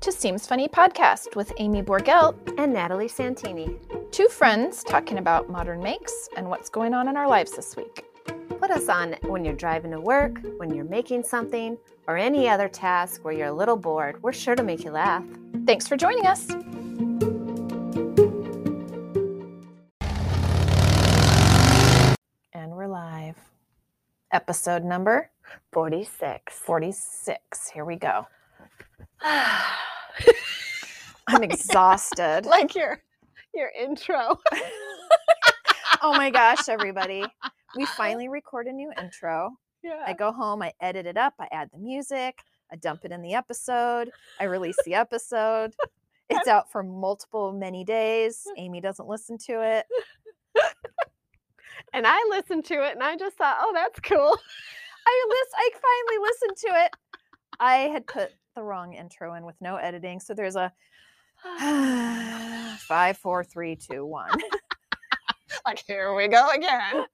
to Seems Funny podcast with Amy Borgelt, and Natalie Santini. two friends talking about modern makes and what's going on in our lives this week. Put us on when you're driving to work, when you're making something, or any other task where you're a little bored. We're sure to make you laugh. Thanks for joining us. And we're live. Episode number 46. 46. Here we go. I'm exhausted. like your your intro. oh my gosh, everybody. We finally record a new intro. yeah. I go home, I edit it up, I add the music, I dump it in the episode, I release the episode. It's out for multiple, many days. Amy doesn't listen to it. and I listened to it and I just thought, oh, that's cool. I list I finally listened to it. I had put the wrong intro in with no editing, so there's a five, four, three, two, one. like here we go again.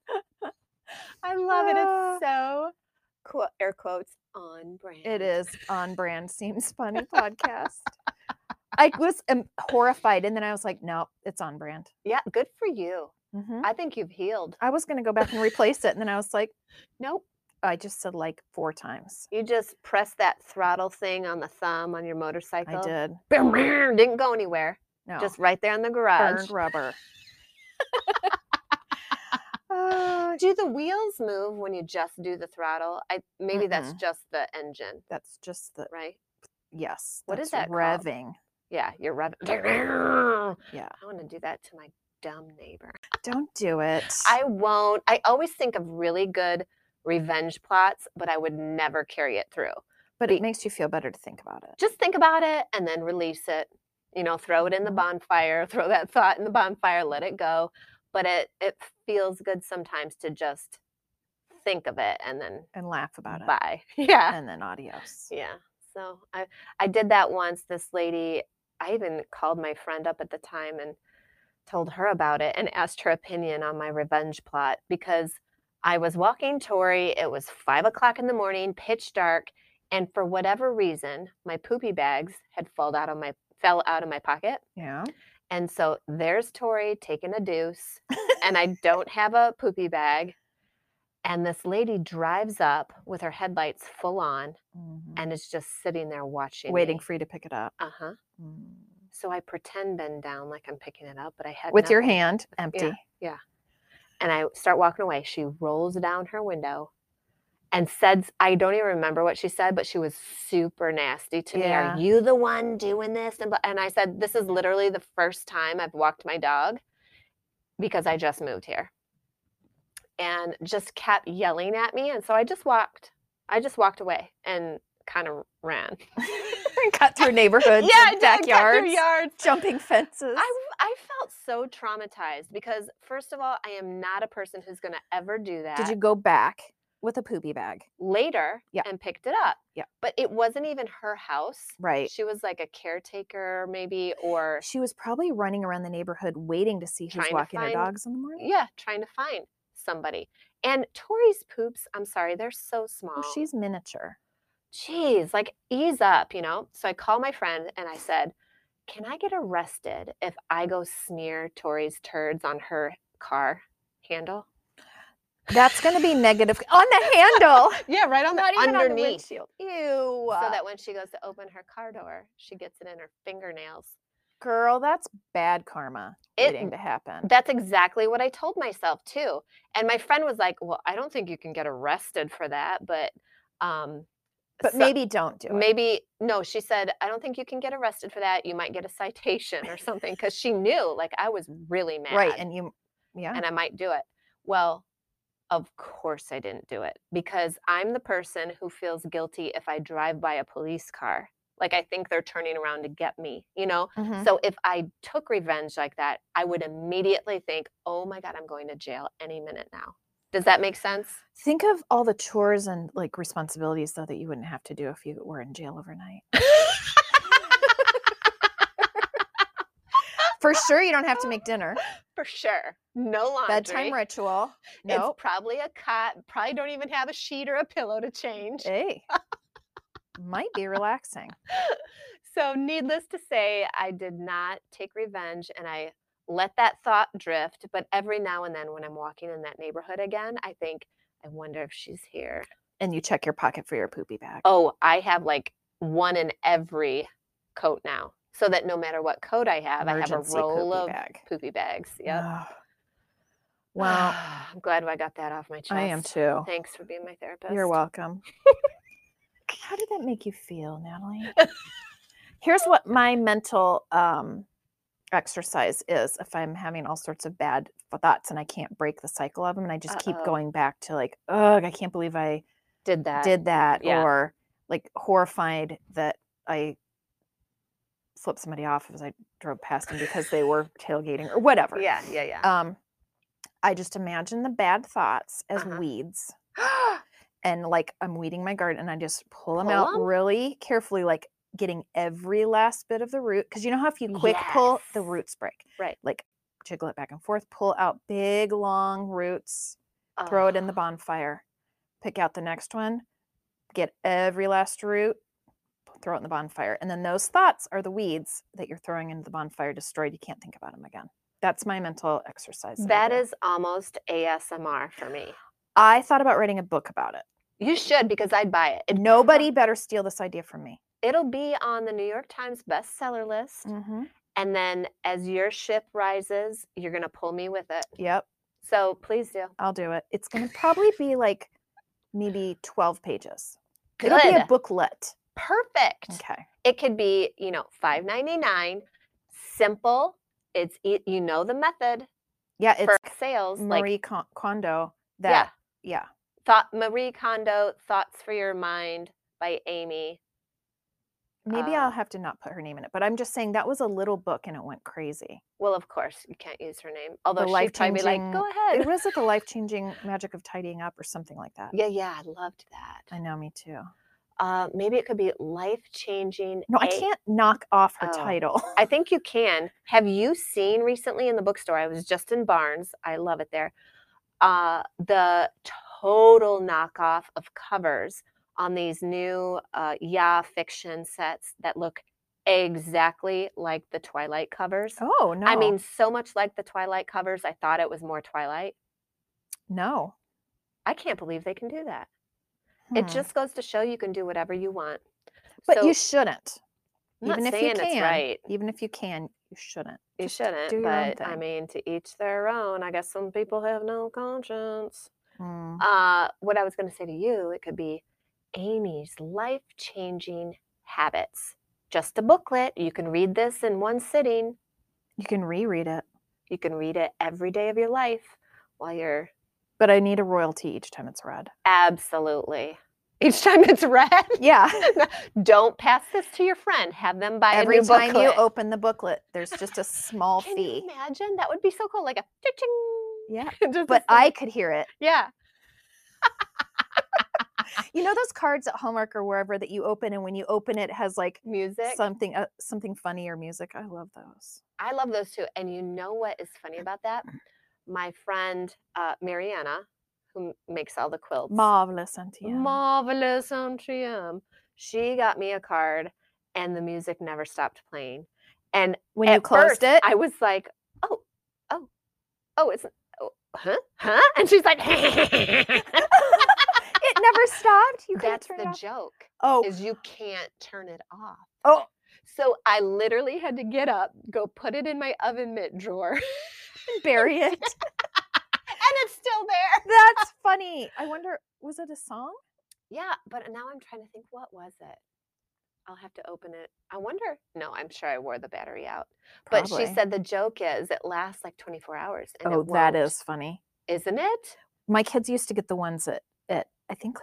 I love it. Ah. It's so cool. Air quotes on brand. It is on brand seems funny podcast. I was um, horrified, and then I was like, "No, it's on brand." Yeah, good for you. Mhm. I think you've healed. I was gonna go back and replace it, and then I was like, Nope. I just said like four times. You just press that throttle thing on the thumb on your motorcycle. I did. Bam, bam, didn't go anywhere. No, Just right there in the garage. burned rubber. Uh, do the wheels move when you just do the throttle? I maybe that's Mm-hmm. just the engine, That's just the right? yes. What is that's that called? revving? Yeah, you're revving. Yeah. I want to do that to my dumb neighbor. Don't do it. I won't. I always think of really good revenge plots, but I would never carry it through. but it makes you feel better to think about it. Just think about it and then release it. You know, throw it in the Mhm. bonfire, throw that thought in the bonfire, let it go. But it it feels good sometimes to just think of it and then And laugh about it. bye. Yeah. And then adios. Yeah. So I I did that once. This lady, I even called my friend up at the time and told her about it and asked her opinion on my revenge plot because I was walking Tori. It was five o'clock in the morning, pitch dark, and for whatever reason, my poopy bags had fallen out of my fell out of my pocket. Yeah. And so there's Tori taking a deuce, and I don't have a poopy bag. And this lady drives up with her headlights full on Mhm. and it's just sitting there watching, Waiting for you to pick it up. Uh huh. Mm. So I pretend bend down like I'm picking it up, but I had With your nothing. hand empty. And I start walking away. She rolls down her window and says, "I don't even remember what she said, but she was super nasty to Yeah. me. Are you the one doing this?" And blah- and I said, "This is literally the first time I've walked my dog because I just moved here." And just kept yelling at me, and so I just walked. I just walked away and kind of ran. Cut through neighborhoods. yeah, I and did. I cut through backyards. yards. Jumping fences. I, w- I felt so traumatized because first of all, I am not a person who's going to ever do that. Did you go back with a poopy bag? later Yeah. and picked it up? Yeah. But it wasn't even her house. Right. She was like a caretaker, maybe, or She was probably running around the neighborhood waiting to see who's Trying to walking their find- dogs in the morning. yeah, trying to find somebody. And Tori's poops, I'm sorry, they're so small. Oh, she's miniature. Jeez, like ease up, you know? So I called my friend and I said, Can I get arrested if I go smear Tori's turds on her car handle? That's going to be negative on the handle. Yeah, right on Not even on the underneath. windshield. Ew. so that when she goes to open her car door, she gets it in her fingernails. girl, that's bad karma It- waiting to happen. That's exactly what I told myself too. And my friend was like, "Well, I don't think you can get arrested for that, but um But so- maybe don't do it. maybe no, she said, "I don't think you can get arrested for that. You might get a citation or something cuz she knew like I was really mad right, and you, yeah, and I might do it." Well, of course I didn't do it because I'm the person who feels guilty if I drive by a police car. Like I think they're turning around to get me, you know? Mhm. So if I took revenge like that, I would immediately think, oh my God, I'm going to jail any minute now. Does that make sense? think of all the chores and like responsibilities though that you wouldn't have to do if you were in jail overnight. For sure, you don't have to make dinner. For sure. No laundry. Bedtime ritual. It's Nope. probably a cot. Probably don't even have a sheet or a pillow to change. Hey, might be relaxing. So, needless to say, I did not take revenge and I let that thought drift. But every now and then, when I'm walking in that neighborhood again, I think, I wonder if she's here. and you check your pocket for your poopy bag. Oh, I have like one in every coat now, so that no matter what coat I have, I have a Emergency roll poopy of bag. poopy bags. Yep. Ah, Ugh. Well, I'm glad I got that off my chest. I am too. Thanks for being my therapist. You're welcome. How did that make you feel, Natalie? Here's what my mental um, exercise is if I'm having all sorts of bad f- thoughts and I can't break the cycle of them, and I just keep Uh-oh. going back to like, ugh, I can't believe I Did that. did that, yeah. or like horrified that I flipped somebody off as I drove past them because they were tailgating or whatever. Yeah, yeah, yeah. Um, I just imagine the bad thoughts as Uh-huh. weeds and like I'm weeding my garden and I just pull them Pull out 'em? really carefully, like getting every last bit of the root. Cause you know how if you quick pull, the Yes. roots break. Right. Like jiggle it back and forth, pull out big, long roots, Uh, throw it in the box. bonfire, pick out the next one, get every last root, throw it in the bonfire. And then those thoughts are the weeds that you're throwing into the bonfire destroyed. You can't think about them again. That's my mental exercise. That I do. is almost ASMR for me. I thought about writing a book about it. You should because I'd buy it. And nobody better steal this idea from me. It'll be on the New York Times bestseller list. Mm-hmm. And then as your ship rises, you're going to pull me with it. Yep. So please do. I'll do it. It's going to probably be like maybe 12 pages. Good. It'll be a booklet. Perfect. Okay. It could be, you know, 5.99, simple. It's e- you know the method Yeah, it's for sales like Marie Kon- Kondo yeah. that yeah. Thought Marie Kondo Thoughts for Your Mind by Amy. Maybe Uh, I'll have to not put her name in it, but I'm just saying that was a little book and it went crazy. Well, of course, you can't use her name. Although she'd probably be life-changing- like, go It ahead. was like the life-changing magic of tidying up or something like that. Yeah, yeah, I loved that. I know me too. Uh, maybe it could be life changing. No, I I can't knock off her Oh. title. I think you can. Have you seen recently in the bookstore? I was just in Barnes. I love it there. Uh, the total knockoff of covers on these new uh, Yah fiction sets that look exactly like the Twilight covers. Oh, no. I mean, so much like the Twilight covers, I thought it was more Twilight. no. I can't believe they can do that. It Hmm. just goes to show you can do whatever you want. But you So, shouldn't. I'm not even if you saying can. it's right. Even if you can, you shouldn't. You Just shouldn't, do your own but I thing. mean, to each their own. I guess some people have no conscience. Mm. Uh, what I was going to say to you, it could be Amy's life changing habits. Just a booklet. You can read this in one sitting. You can reread it, You can read it every day of your life while you're but I need a royalty each time it's read. absolutely each time it's read. Yeah. Don't pass this to your friend. Have them buy a Every new time you booklet. open the booklet, there's just a small Can fee. you imagine? That would be so cool. Like a ching. Yeah. But I could hear it. yeah. You know those cards at Hallmark or wherever that you open, and when you open it, it has like Music. something uh, something funny or music. I love those. I love those too. And you know what is funny about that? Mm. My friend uh, Mariana, who m- makes all the quilts, Marvelous Santiago. marvelous Antrium, she got me a card, and the music never stopped playing. And when you at closed first, it, I was like, "Oh, oh, oh, it's oh, huh, huh?" And she's like, it never stopped. You couldn't "That's turn the it off. joke." Oh, is you can't turn it off. Oh. So I literally had to get up, go put it in my oven mitt drawer, and bury it. it's still there. That's funny. I wonder, was it a song? Yeah, but now I'm trying to think what was it? I'll have to open it. I wonder. No, I'm sure I wore the battery out. But she Probably. said the joke is it lasts like 24 hours. And "Oh, it that won't. is funny." Isn't it? my kids used to get the ones that at I think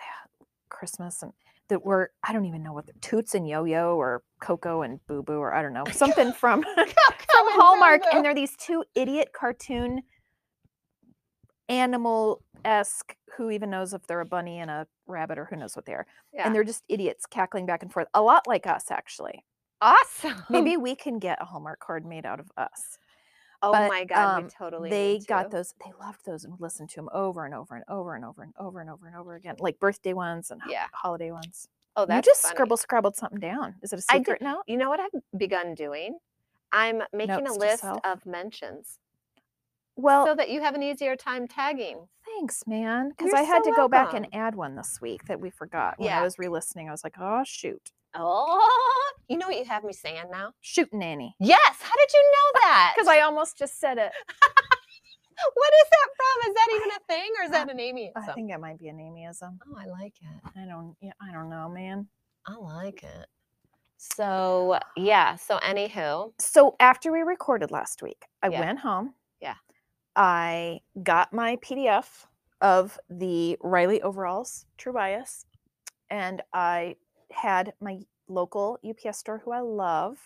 Christmas and that were I don't even know what the Toots and Yo Yo or Coco and Boo Boo or I don't know something from from Hallmark and they're these two idiot cartoon animal esque who even knows if they're a bunny and a rabbit or who knows what they are yeah. and they're just idiots cackling back and forth a lot like us actually awesome. maybe we can get a Hallmark card made out of us Oh but, my God, we um, totally. they need got to. those they loved those and would listen to them over and over and over and over and over and over and over again like birthday ones and ho- Yeah. holiday ones Oh, you that's just funny. scribble scrabbled something down. Is it a I secret now? You know what I've begun doing? I'm making Notes to a list self. of mentions Well, so that you have an easier time tagging. thanks, man. Because You're I had so to go back and welcome. add one this week that we forgot. When Yeah. I was re-listening, I was like, oh shoot, Oh, you know what you have me saying now? shoot, nanny. Yes. How did you know that? Because I almost just said it. What is that from? Is that even a thing or is that an Amy? I think it might be an Amyism. oh, I like it. I don't. Yeah, I don't know, man. I like it. So yeah. So anywho, So after we recorded last week, I Yeah. went home. Yeah. I got my PDF of the Riley overalls, True Bias, and I had my local UPS store, who I love,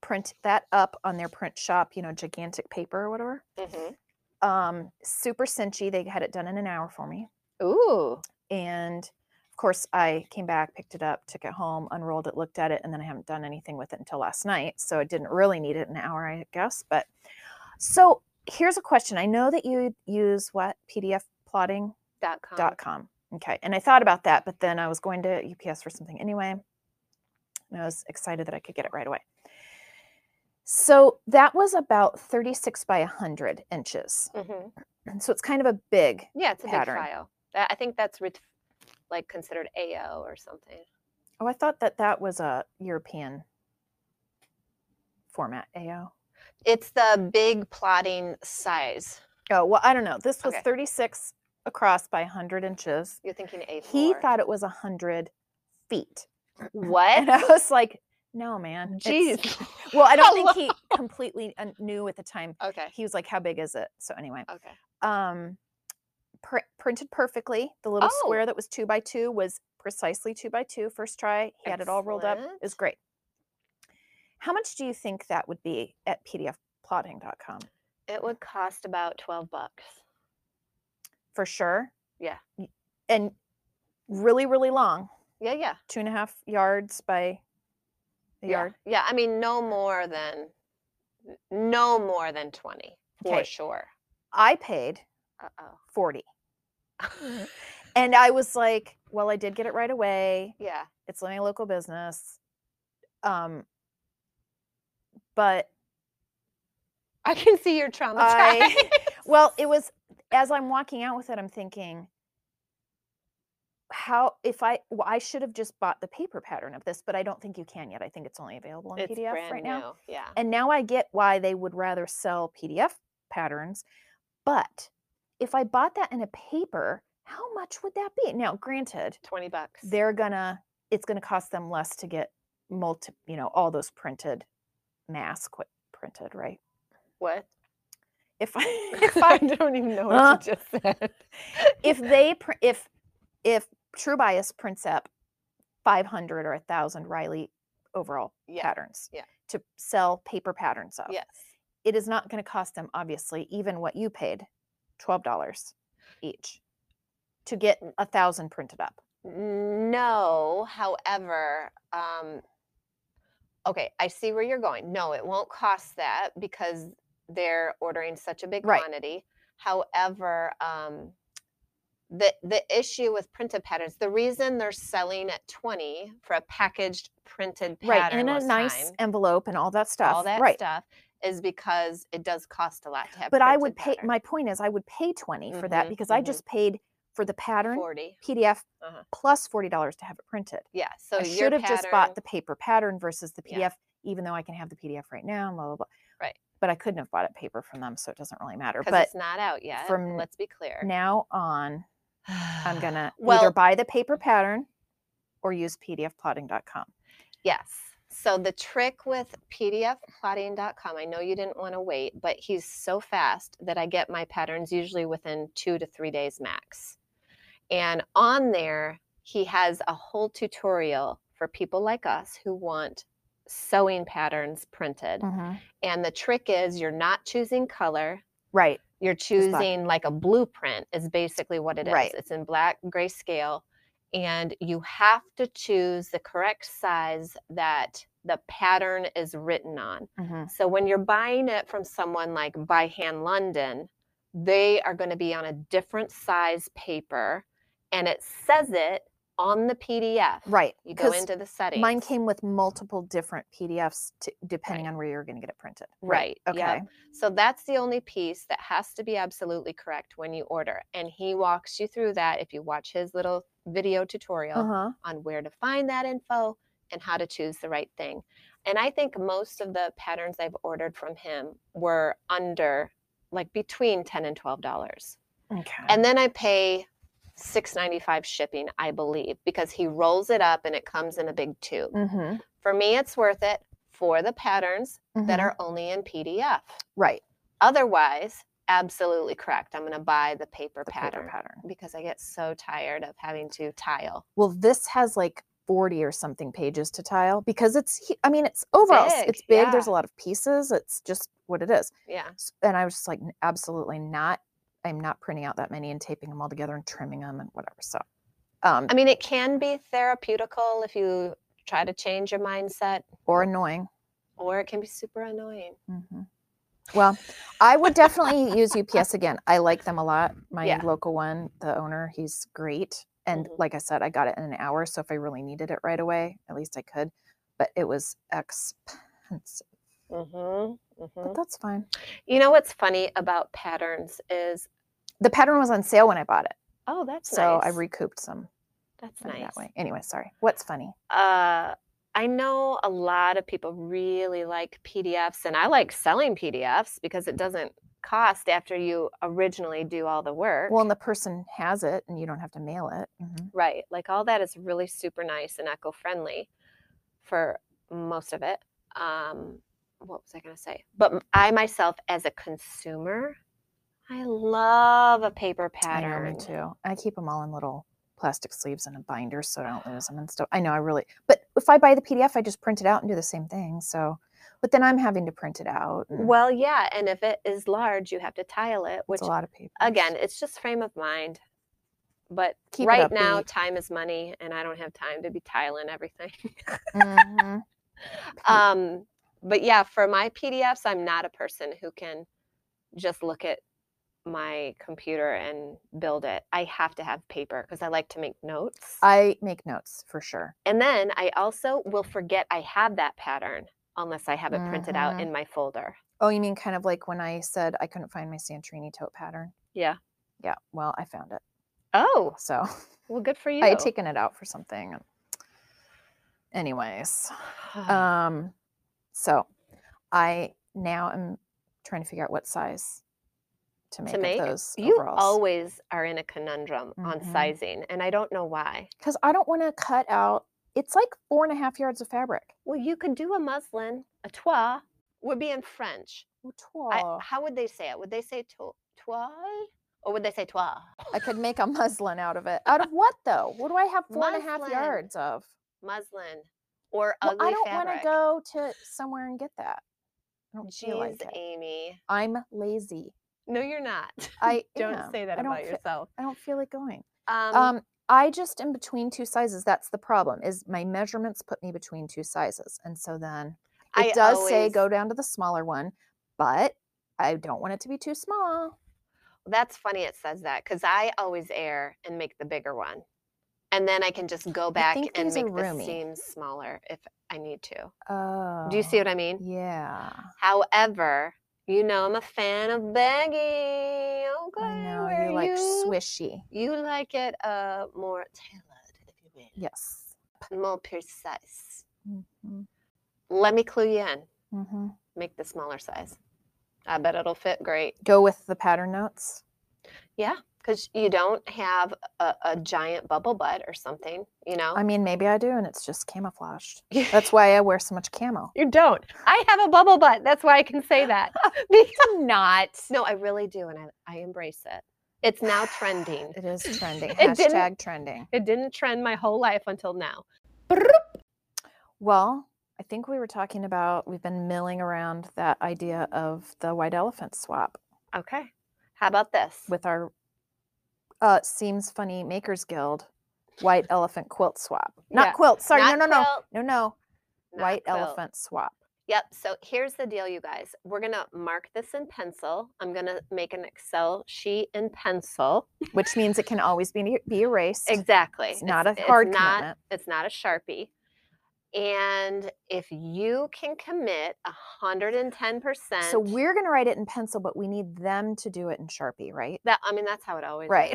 print that up on their print shop. You know, gigantic paper or whatever. Mm-hmm. Um, super cinchy. They had it done in an hour for me. ooh, And of course, I came back, picked it up, took it home, unrolled it, looked at it, and then I haven't done anything with it until last night. So I didn't really need it in an hour, I guess. But so here's a question I know that you use what? PDFplotting.com. dot com. Okay. And I thought about that, but then I was going to UPS for something anyway. And I was excited that I could get it right away. So that was about 36 by 100 inches. hmm So it's kind of a big Yeah, it's a Pattern. big file. That, I think that's re- like considered AO or something. Oh, I thought that that was a European format. AO. It's the big plotting size. Oh well, I don't know. This was Okay. 36 across by 100 inches. You're thinking A4. He thought it was 100 feet, what? and I was like, "No, man." Eh. Jeez. it's- Well, I don't think he completely un- knew at the time. okay. He was like, "How big is it?" So anyway, Okay. um, pr- printed perfectly. The little Oh. square that was two by two was precisely two by two. First try, he had it all rolled up. It was Excellent. great. How much do you think that would be at pdfplotting.com? It would cost about twelve bucks. For sure. Yeah. Y- And really, really long, Yeah, yeah. two and a half yards by a yeah. yard. Yeah, I mean no more than n- no more than 20 Okay. for sure. I paid Uh-oh. 40. And I was like, well, I did get it right away. yeah. it's my local business um but I can see you're traumatized. I- well it was as i'm walking out with it i'm thinking how if i well, i should have just bought the paper pattern of this but i don't think you can yet i think it's only available in it's pdf brand right new. now Yeah. and now i get why they would rather sell pdf patterns but if i bought that in a paper how much would that be now granted 20 bucks. they're gonna it's gonna cost them less to get multi you know all those printed mass quit printed right what? if i if i don't even know Uh. you just said. if they pr- if if true bias prints up 500 or a thousand riley overall Yeah. patterns yeah. to sell paper patterns of Yes. it is not going to cost them obviously even what you paid $12 each to get Mm. a thousand printed up No, however, um, okay, I see where you're going. No, it won't cost that because they're ordering such a big Right. quantity. However, um, the the issue with printed patterns, the reason they're selling at 20 for a packaged printed right pattern in a most nice time, envelope and all that stuff all that right stuff is because it does cost a lot to have but I printed would pay. pattern. My point is, I would pay twenty for that Mhm, because I mhm. just paid for the pattern 40. PDF Uh-huh. plus forty dollars to have it printed. Yeah, so I your should have just bought pattern- the paper pattern versus the Yeah. PDF, even though I can have the PDF right now. and Blah blah blah. Right. But I couldn't have bought it paper from them, so it doesn't really matter. 'cause But it's not out yet. from Let's be clear. now on, I'm gonna either Well- Mm-hmm. buy the paper pattern or use PDFplotting.com. Yes. So the trick with pdfplotting.com, I know you didn't want to wait, but he's so fast that I get my patterns usually within two to three days max. And on there, he has a whole tutorial for people like us who want sewing patterns Mm. printed. And the trick is you're not choosing color. Right. You're Just black. choosing like a blueprint is basically what it is. Right. It's in black grayscale and you have to choose the correct size that the pattern is written on. hmm So when you're buying it from someone like By Hand London, they are going to be on a different size paper and it says it on the PDF. Right. You go 'cause into the settings. Mine came with multiple different PDFs to, depending on where you're going to get it printed. Right. Okay. yeah. So that's the only piece that has to be absolutely correct when you order. And he walks you through that if you watch his little video tutorial Uh huh. on where to find that info and how to choose the right thing. And I think most of the patterns I've ordered from him were under like between 10 and 12 dollars. Okay. And then I pay 6.95 shipping, I believe, because he rolls it up and it comes in a big tube. mm-hmm. For me it's worth it for the patterns Mm-hmm. that are only in PDF. right. Otherwise, absolutely correct. I'm going to buy the paper The pattern paper pattern. because I get so tired of having to tile. Well, this has like 40 or something pages to tile because it's, hu- I mean, it's overall, s- big, it's big. There's a lot of pieces. It's just what it is. Yeah. S- And I was just like, "N- absolutely not. I'm not printing out that many and taping them all together and trimming them and whatever. So, um, I mean, it can be therapeutical if you try to change your mindset, or annoying. or it can be super annoying. hmm Well, I would definitely use UPS again. I like them a lot. My Yeah. local one, the owner, he's great. And Mhm. like I said, I got it in an hour. So if I really needed it right away, at least I could. But it was expensive. Mm-hmm. But that's fine. You know what's funny about patterns is, The pattern was on sale when I bought it. oh, that's So I nice. recouped some that's money nice. that way. Anyway, sorry. What's funny? Uh, I know a lot of people really like PDFs, and I like selling PDFs because it doesn't cost after you originally do all the work. Well, and the person has it and you don't have to mail it. Mhm. Right. Like all that is really super nice and eco friendly for most of it. Um, what was I going to say? But m- I myself, as a consumer, I love a paper I know me pattern. too. I keep them all in little plastic sleeves and a binder so I don't lose them and stuff. I know I really, but if I buy the PDF, I just print it out and do the same thing. So, but then I'm having to print it out. and Well, yeah. And if it is large, you have to tile it, which it's a lot of paper. again, it's just frame of mind. But Keep it right now, upbeat. time is money, and I don't have time to be tiling everything. Mhm. Um, but yeah, for my PDFs, I'm not a person who can just look at my computer and build it. I have to have paper because I like to make notes. I make notes for sure. and then I also will forget I have that pattern unless I have it printed out Mhm. in my folder. Oh, you mean kind of like when I said I couldn't find my Santorini tote pattern? Yeah. Yeah. Well, I found it. Oh, So well, good for you. I had taken it out for something. and- Anyways. Um, so I now am trying to figure out what size to make, make? of those you overalls always are in a conundrum on Mhm. sizing, and I don't know why. because I don't want to cut out. It's like four and a half yards of fabric. Well, you could do a muslin, a toile would be in French. I- I, how would they say it? Would they say to- toile or would they say toile? I could make a muslin out of it. Out of what though? What do I have four and a half Muslin. yards of? Muslin or Well, ugly I don't want fabric. to go to somewhere and get that. I don't Jeez, feel like it. Amy. I'm lazy. No, you're not. I don't am. say that I don't about fe- yourself. I don't feel like going. Um, Um, I just am between two sizes. That's the problem. Is my measurements put me between two sizes, and so then it I does say always- go down to the smaller one, but I don't want it to be too small. That's funny. It says that because I always err and make the bigger one, and then I can just go back think and these are make the roomy. seams smaller if I need to. Oh, Do you see what I mean? Yeah, However, you know I'm a fan of baggy. Okay, I know where you like you swishy. You like it uh more tailored, if you will. Yes. more precise. Mm-hmm. Let me clue you in. hmm Make the smaller size. I bet it'll fit great. Go with the pattern notes. Yeah, because you don't have a, a giant bubble butt or something, you know? I mean, maybe I do, and it's just camouflaged. That's why I wear so much camo. you don't. I have a bubble butt. That's why I can say that. Not. no, I really do, and I, I embrace it. It's now trending. It is trending. It didn't- Hashtag trending. It didn't trend my whole life until now. Well, I think we were talking about we've been milling around that idea of the white elephant swap Okay. How about this? with our uh seems funny makers guild white elephant quilt swap. Not Yeah. quilt, sorry, Not no no no. quilt, No no. not white quilt. elephant swap. Yep. So here's the deal, you guys. We're going to mark this in pencil. I'm going to make an Excel sheet in pencil. which means it can always be be erased. Exactly. It's not a hard it's not, commitment. It's not a Sharpie. And if you can commit 110%, So we're going to write it in pencil, but we need them to do it in Sharpie, right? that, I mean, that's how it always is. Right.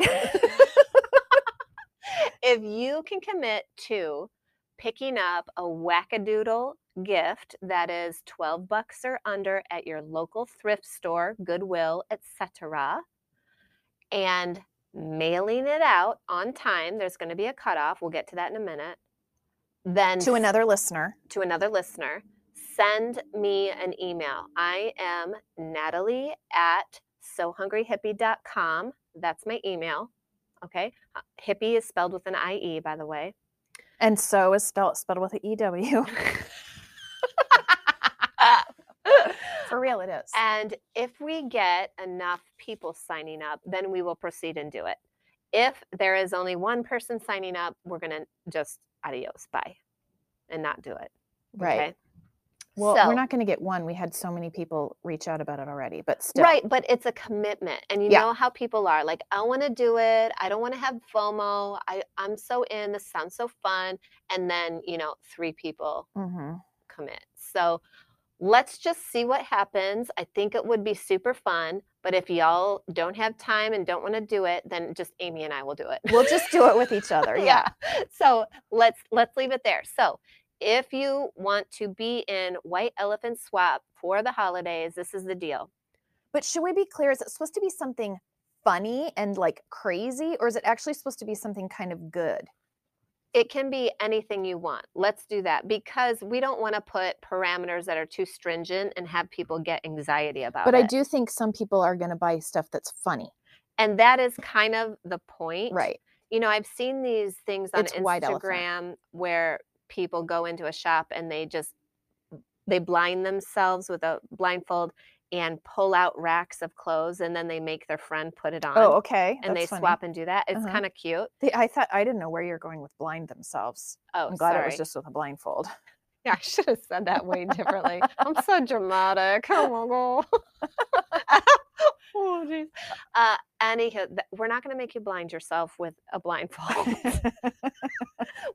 if you can commit to picking up a wackadoodle gift that is 12 bucks or under at your local thrift store, Goodwill, etc., and mailing it out on time, there's going to be a cutoff. We'll get to that in a minute. Then to another listener. to another listener, send me an email. I am Natalie at sohungryhippie.com. That's my email. Okay. Uh, Hippie is spelled with an IE, by the way. And so is spelled spelled with E an EW. For real, it is. and if we get enough people signing up, then we will proceed and do it. If there is only one person signing up, we're going to just adios, bye, and not do it. right. okay? Well, we're So- not going to get one. We had so many people reach out about it already, but still. Right, but it's a commitment. And you Yeah. know how people are like, I want to do it. I don't want to have FOMO. I, I'm so in. This sounds so fun. And then, you know, three people hmm commit. So let's just see what happens. I think it would be super fun. But if y'all don't have time and don't want to do it, then just Amy and I will do it. We'll just do it with each other. Yeah. Yeah. So let's let's leave it there. So if you want to be in White Elephant Swap for the holidays, this is the deal. But should we be clear? Is it supposed to be something funny and like crazy, or is it actually supposed to be something kind of good? it can be anything you want. Let's do that because we don't want to put parameters that are too stringent and have people get anxiety about But it. I do think some people are going to buy stuff that's funny. And that is kind of the point. Right. You know, I've seen these things on It's white elephant. Instagram where people go into a shop and they just they blind themselves with a blindfold and pull out racks of clothes and then they make their friend put it on. Oh, okay. And they That's funny. swap and do that. It's Uh-huh. kind of cute. They- I thought I didn't know where you're going with blind themselves. Oh, I'm glad sorry. it was just with a blindfold. Yeah, I should have said that way differently. I'm so dramatic. Oh my god. oh jeez. Uh, anyhow, th- we're not going to make you blind yourself with a blindfold.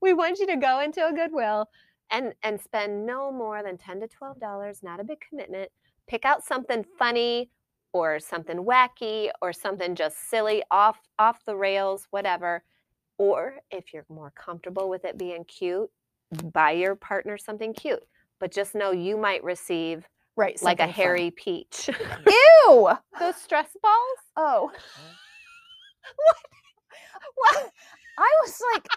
we want you to go into a Goodwill and and spend no more than ten to twelve dollars. Not a big commitment. Pick out something funny or something wacky or something just silly off off the rails, whatever. Or if you're more comfortable with it being cute, buy your partner something cute. But just know you might receive right. like a something funny. hairy peach. Ew. Those stress balls? Oh. What? I was like,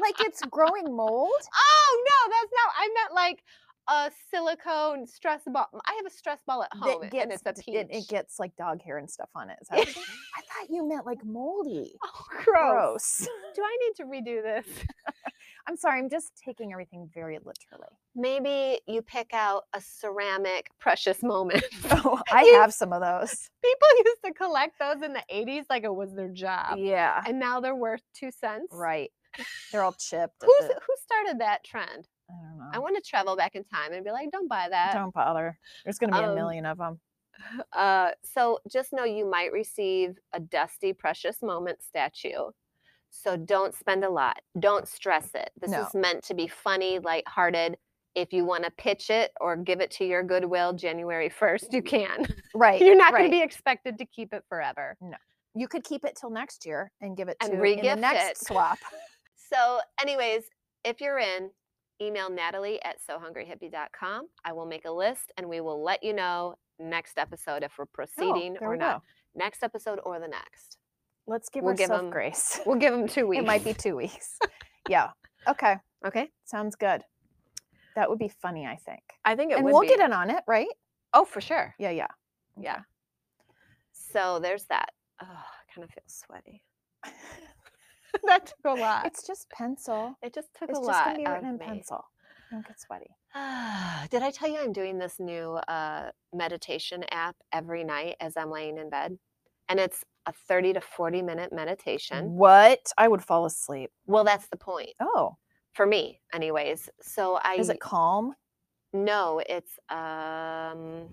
like it's growing mold. Oh no, that's not. I meant like a silicone stress ball. I have a stress ball at home, that Oh, and it's a d- peach. It, it gets like dog hair and stuff on it. Is that what you- I thought you meant like moldy. oh, gross. Gross. Do I need to redo this? I'm sorry. I'm just taking everything very literally. Maybe you pick out a ceramic precious moment. Oh, I You- have some of those. People used to collect those in the 80s like it was their job. Yeah. And now they're worth two cents. Right. They're all chipped. at Who's, the- who started that trend? I don't know. I want to travel back in time and be like, don't buy that. don't bother. There's going to be a Um, million of them. Uh, so just know you might receive a dusty precious moment statue. So don't spend a lot. Don't stress it. This No. is meant to be funny, lighthearted. If you want to pitch it or give it to your goodwill January 1st, you can. Right. You're not going right. to be expected to keep it forever. You could keep it till next year and give it And to in the regift next it. swap. So, anyways, if you're in, email Natalie at sohungryhippie.com. I will make a list and we will let you know next episode if we're Oh, proceeding there or we not. go. Next episode or the next. Let's give We'll give ourselves 'em grace. We'll give them two weeks. It might be two weeks. yeah. Okay. Okay. Sounds good. That would be funny, I think. I think it and would we'll be. get in on it, right? Oh, for sure. Yeah, yeah. Yeah. So there's that. Oh, I kind of feel sweaty. that took a lot. It's just pencil. it just took It's a just lot gonna be written out in of me. pencil. Don't get sweaty. Did I tell you I'm doing this new uh, meditation app every night as I'm laying in bed? And it's a 30 to 40 minute meditation. What? I would fall asleep. Well, that's the point Oh, for me, anyways. So I is it calm? No, it's um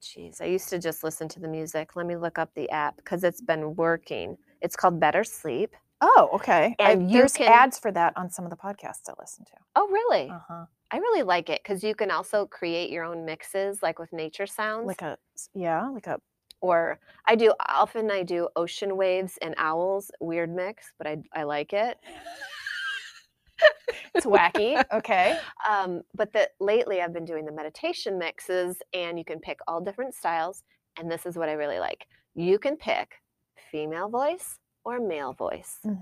jeez, I used to just listen to the music. Let me look up the app because it's been working. It's called Better Sleep. Oh, okay. I- And you there's can- ads for that on some of the podcasts I listen to. Oh, really? Uh huh. I really like it because you can also create your own mixes, like with nature sounds. Like a yeah, like a or I do often I do ocean waves and owls, weird mix, but I I like it. it's wacky. okay. Um, but the, lately I've been doing the meditation mixes, and you can pick all different styles. And this is what I really like: you can pick female voice or male voice. hmm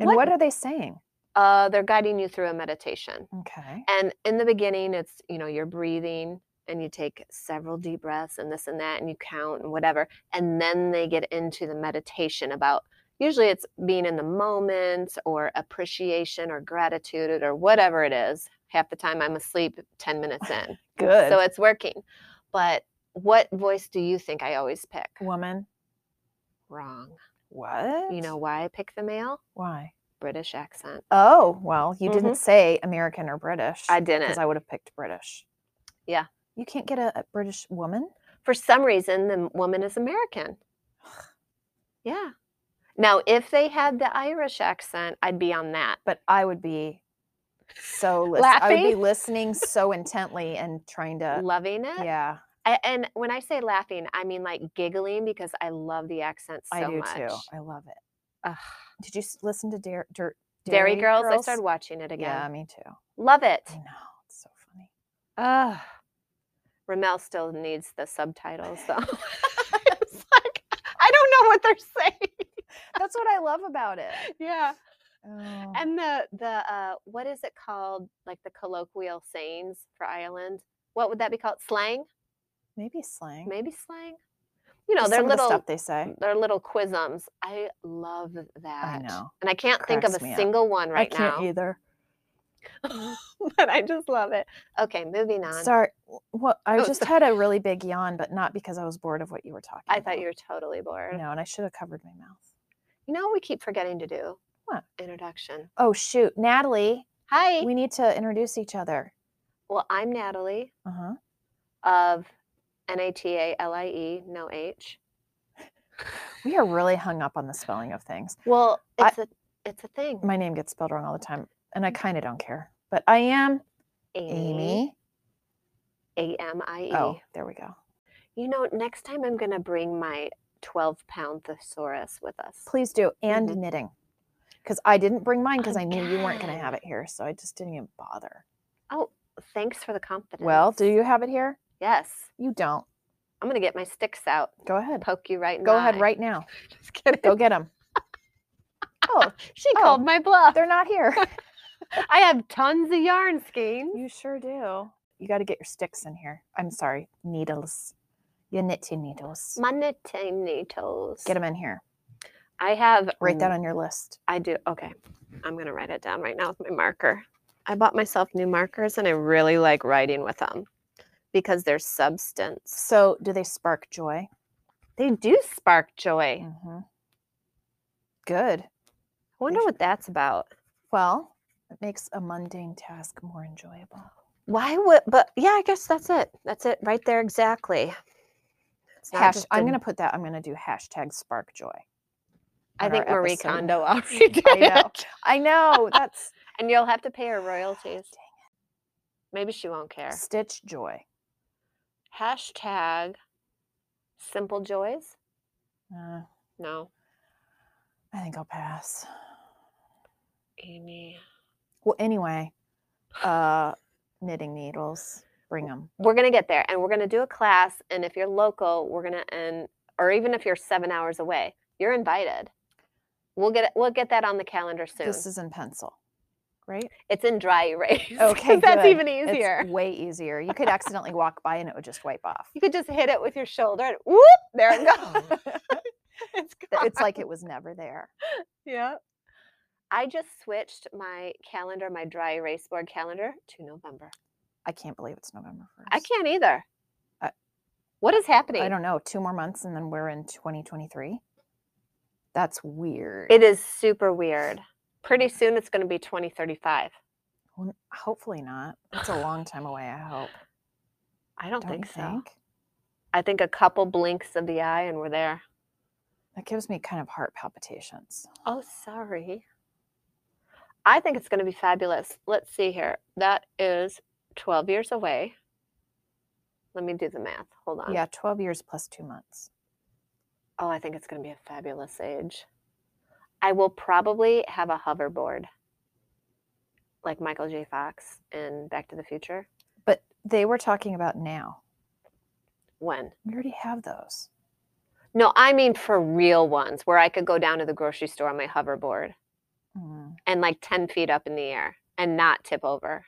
And what? are they saying? uh, they're guiding you through a meditation. Okay. And in the beginning, it's you know you're breathing and you take several deep breaths and this and that and you count and whatever, and then they get into the meditation about usually it's being in the moment or appreciation or gratitude or whatever it is. Half the time I'm asleep ten minutes in, Good. so it's working. But what voice do you think I always pick? woman. Wrong. What? You know why I pick the male? why? British accent. Oh, well, you didn't say American or British. Mm-hmm. I because didn't. I would have picked British. Yeah. You can't get a, a British woman. for some reason the woman is american yeah now if they had the irish accent i'd be on that but I would be so listen- I would be Laughing? listening so intently and trying to loving it yeah, I, and when i say laughing i mean like giggling because i love the accent so I do much too. I love it. Ugh. Did you s- listen to Dare, Dare, dairy, girls, i started watching it again Yeah, me too. love it I know. It's so funny. Ugh. ramel still needs the subtitles though it's like i don't know what they're saying That's what I love about it. yeah Oh, And the the uh, what is it called? Like the colloquial sayings for Ireland. What would that be called? Slang? maybe slang. Maybe slang. You know, Just they're some of the little stuff they say. they're little quisms. I love that. know. And I can't think of Cracks me a up. single one right I can't e now. either. but I just love it. Okay, moving on. Sorry. w- What I Oh, just so- had a really big yawn, but not because I was bored of what you were talking. I thought you about. were totally bored. No, and I should have covered my mouth. You know what we keep forgetting to do? What? Introduction. Oh shoot, Natalie, Hi. we need to introduce each other. well, I'm Natalie Uh huh. of N A T A L I E, no H. We are really hung up on the spelling of things. Well, I- it's a it's a thing. My name gets spelled wrong all the time, and I Mm-hmm. kind of don't care. But I am Amy. Amy. A M I E. Oh, there we go. You know, next time I'm going to bring my 12 pound thesaurus with us. Please do. And Mhm. knitting. Because I didn't bring mine because I knew you weren't going to Okay. have it here. So I just didn't even bother. Oh, Thanks for the confidence. Well, do you have it here? Yes. You don't. I'm going to get my sticks out, Go ahead. poke you right in Go the ahead eye. right now. Just kidding. Go get them. oh, She Oh. called my bluff. they're not here. I have tons of yarn skeins. you sure do. You got to get your sticks in here. I'm sorry. Needles. Your knitting needles. My knitting needles. Get them in here. I have. Write that on your list. I do. Okay. I'm going to write it down right now with my marker. I bought myself new markers and I really like writing with them because they're substance. So, do they spark joy? They do spark joy. Mm-hmm. Good. I wonder should- what that's about. Well, it makes a mundane task more enjoyable. Why would? But yeah, I guess that's it. That's it right there exactly. It's not Hash, just I'm a- going to put that. I'm going to do hashtag spark joy. I on think our Marie episode. Mm, Kondo already did I know. it, I know. That's and you'll have to pay her royalties. Maybe she won't care. stitch joy. Hashtag simple joys. Uh, No, I think I'll pass. Amy. Well, anyway, uh, knitting needles, bring them. We're gonna get there, and we're gonna do a class. And if you're local, we're gonna and or even if you're seven hours away, you're invited. We'll get we'll get that on the calendar soon. This is in pencil, right? it's in dry erase. 'cause Okay, that's good. even easier. It's e way easier. You could accidentally walk by and it would just wipe off. You could just hit it with your shoulder and whoop, there it goes. it's, That It's gone. like it was never there. yeah. I just switched my calendar, my dry erase board calendar to November. I can't believe it's November 1st. I can't either. I- what is happening? I don't know, two more months and then we're in 2023. That's weird. It is super weird. Pretty soon it's going to be 2035. Well, n- hopefully not. That's a long time away. I hope. I don't, Don't think you so. think? I think a couple blinks of the eye and we're there. That gives me kind of heart palpitations. Oh, sorry. I think it's going to be fabulous. Let's see here. That is 12 years away. Let me do the math. Hold on. Yeah, twelve years plus two months. Oh, I think it's going to be a fabulous age. I will probably have a hoverboard like Michael J. Fox in Back to the Future. But they were talking about now. When? We already have those. No, I mean for real ones where I could go down to the grocery store on my hoverboard Mm. and like 10 feet up in the air and not tip over.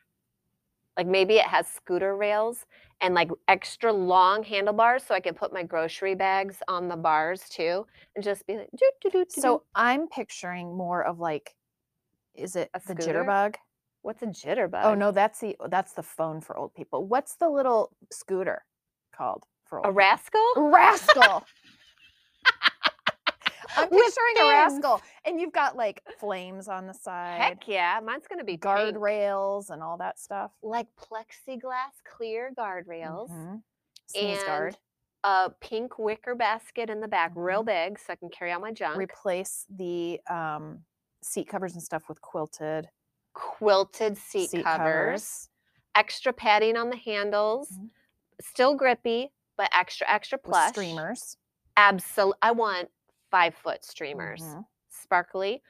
Like maybe it has scooter rails and like extra long handlebars so I can put my grocery bags on the bars too and just be like, doo, doo, doo, doo, So doo. I'm picturing more of like, is it A the scooter? jitterbug? what's a jitterbug? Oh no, that's the that's the phone for old people. What's the little scooter called for old A people? Oh, rascal? rascal. I'm With picturing a fins. rascal, and you've got like flames on the side, Heck yeah. Mine's going to be pink. guardrails, and all that stuff. like plexiglass clear guardrails, Mhm. Sneeze And guard. a pink wicker basket in the back, real Mm-hmm. big, so I can carry out my junk. Replace the um, seat covers and stuff with quilted Quilted seat, covers. extra padding on the handles, Mhm. still grippy, but extra extra with plush. streamers. Absolutely, I want five foot streamers, Mhm. sparkly.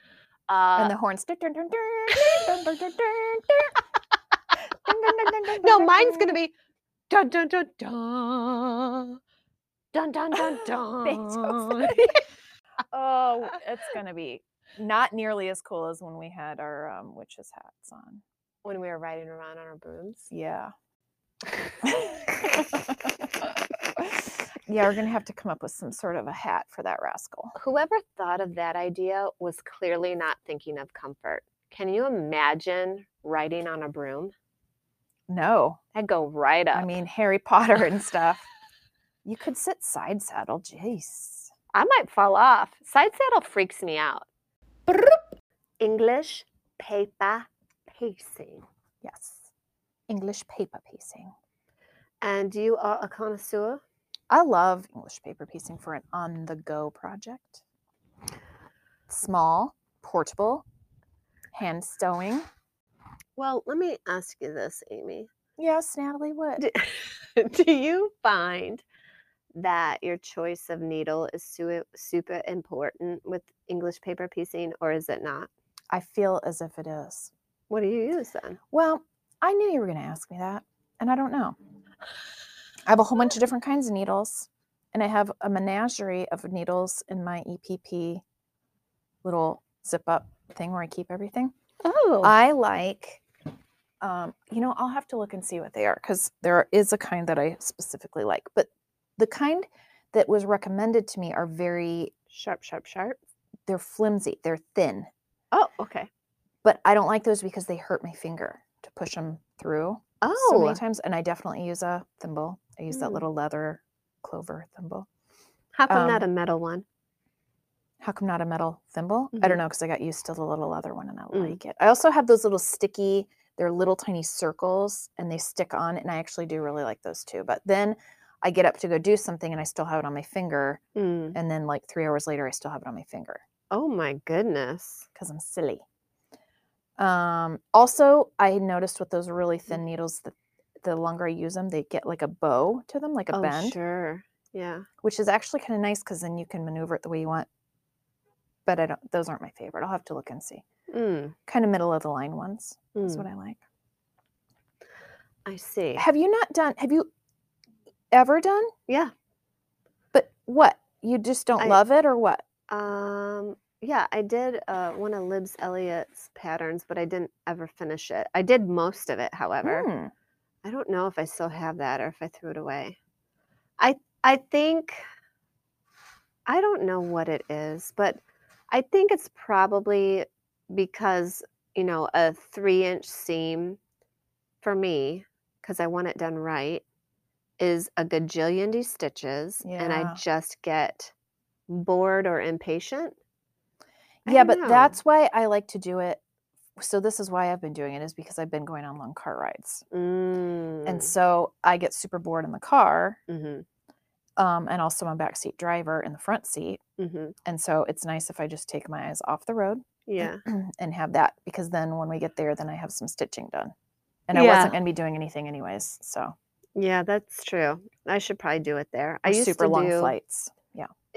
Uh, and the horns. dun, dun, dun, dun, dun, dun, dun, dun, dun, dun, dun, dun, dun, no, dun, mine's dun. gonna be dun dun dun dun dun dun dun dun. Beethoven. Oh, it's gonna be not nearly as cool as when we had our um, witches hats on. when we were riding around on our brooms. Yeah. yeah, we're gonna have to come up with some sort of a hat for that rascal. Whoever thought of that idea was clearly not thinking of comfort. Can you imagine riding on a broom? No, I'd go right up. I mean Harry Potter and stuff. You could sit side saddle. Jeez. I might fall off. Side saddle freaks me out. English paper pacing. Yes. English paper piecing. And you are a connoisseur? I love English paper piecing for an on the go project. Small, portable, hand sewing. Well, let me ask you this, Amy. Yes, Natalie, what? D- Do you find that your choice of needle is su- super important with English paper piecing, or is it not? I feel as if it is. What do you use then? Well, I knew you were going to ask me that, and I don't know. I have a whole bunch of different kinds of needles, and I have a menagerie of needles in my EPP little zip up thing where I keep everything. Oh, I like, um, you know, I'll have to look and see what they are because there is a kind that I specifically like, but the kind that was recommended to me are very, sharp, sharp, sharp. they're flimsy, they're thin, Oh, okay. but I don't like those because they hurt my finger to push them through. Oh, so many times and i definitely use a thimble i use that Mm. little leather clover thimble how come um, not a metal one? how come not a metal thimble i don't Mhm. know because i got used to the little leather one and i Mm. like it i also have those little sticky they're little tiny circles and they stick on and i actually do really like those too but then i get up to go do something and i still have it on my finger Mm. and then like three hours later i still have it on my finger Oh my goodness. because i'm silly um also i noticed with those Mm. really thin needles that the longer i use them they get like a bow to them like a bend Oh, Sure. Yeah. which is actually kind of nice because then you can maneuver it the way you want. But I don't; those aren't my favorite. I'll have to look and see. Mm. Kind of middle of the line ones is mm, what I like. I see. Have you not done? Have you ever done? Yeah. But what you just don't I- love it or what? Um. Yeah, I did uh, one of Libs Elliott's patterns, but I didn't ever finish it. I did most of it, however. Hmm. I don't know if I still have that or if I threw it away. I I think I don't know what it is, but I think it's probably because, you know, a 3-inch seam for me cuz I want it done right is a gajillion de stitches and Yeah. I just get bored or impatient. I Yeah, don't but know. that's why I like to do it so this is why I've been doing it is because I've been going on long car rides. Mm. And so I get super bored in the car. mm-hmm, Um, and also I'm a backseat driver in the front seat. mm-hmm. And so it's nice if I just take my eyes off the road yeah, and have that because then when we get there, then I have some stitching done. And I Yeah. wasn't going to be doing anything anyways. So yeah, that's true. I should probably do it there. I we're used super to long Mm. do flights.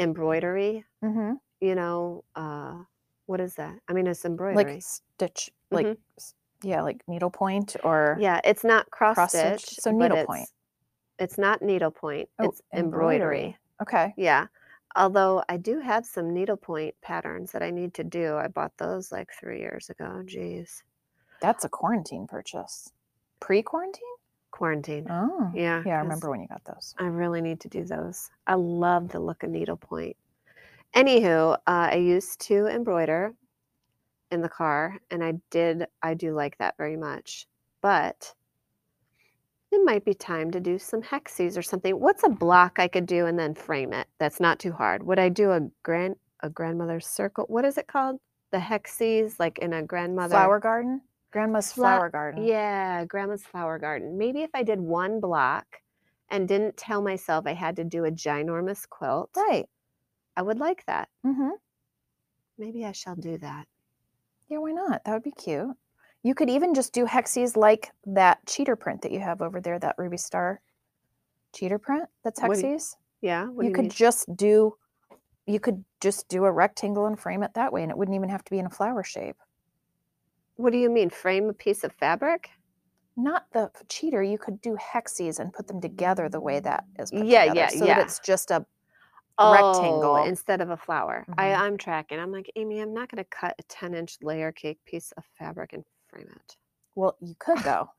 embroidery. Mm-hmm. You know, uh, what is that? I mean, it's embroidery. Like stitch, like, Mhm. s- yeah, like needlepoint or Yeah, it's not cross, Cross stitch. stitch, so but needlepoint. It's, it's not needlepoint. Oh, it's embroidery. Okay. Yeah. Although I do have some needlepoint patterns that I need to do. I bought those like three years ago. Jeez. That's a quarantine purchase. Pre quarantine? Quarantine. Oh. Yeah. Yeah, I 'cause remember when you got those. I really need to do those. I love the look of needlepoint. Anywho, uh, I used to embroider in the car, and I did. I do like that very much, but it might be time to do some hexes or something. What's a block I could do and then frame it? That's not too hard. Would I do a grand a grandmother's circle? What is it called? The hexes, like in a grandmother Flower garden? Grandma's Fla- flower garden. yeah, grandma's flower garden. Maybe if I did one block and didn't tell myself I had to do a ginormous quilt, Right. I would like that. Mm-hmm. Maybe I shall do that. Yeah, why not? That would be cute. You could even just do hexes like that cheater print that you have over there, that ruby star cheater print. That's What do you- hexes. Yeah. What you do could mean? just do you could just do a rectangle and frame it that way and it wouldn't even have to be in a flower shape. What do you mean? Frame a piece of fabric? Not the f- cheater. You could do hexes and put them together the way that is. Put Yeah, together, yeah, so yeah. That it's just a Oh, Mm-hmm. rectangle. instead of a flower. I, Mhm. I'm tracking. I'm like, Amy, I'm not going to cut a 10 inch layer cake piece of fabric and frame it. Well, you could though.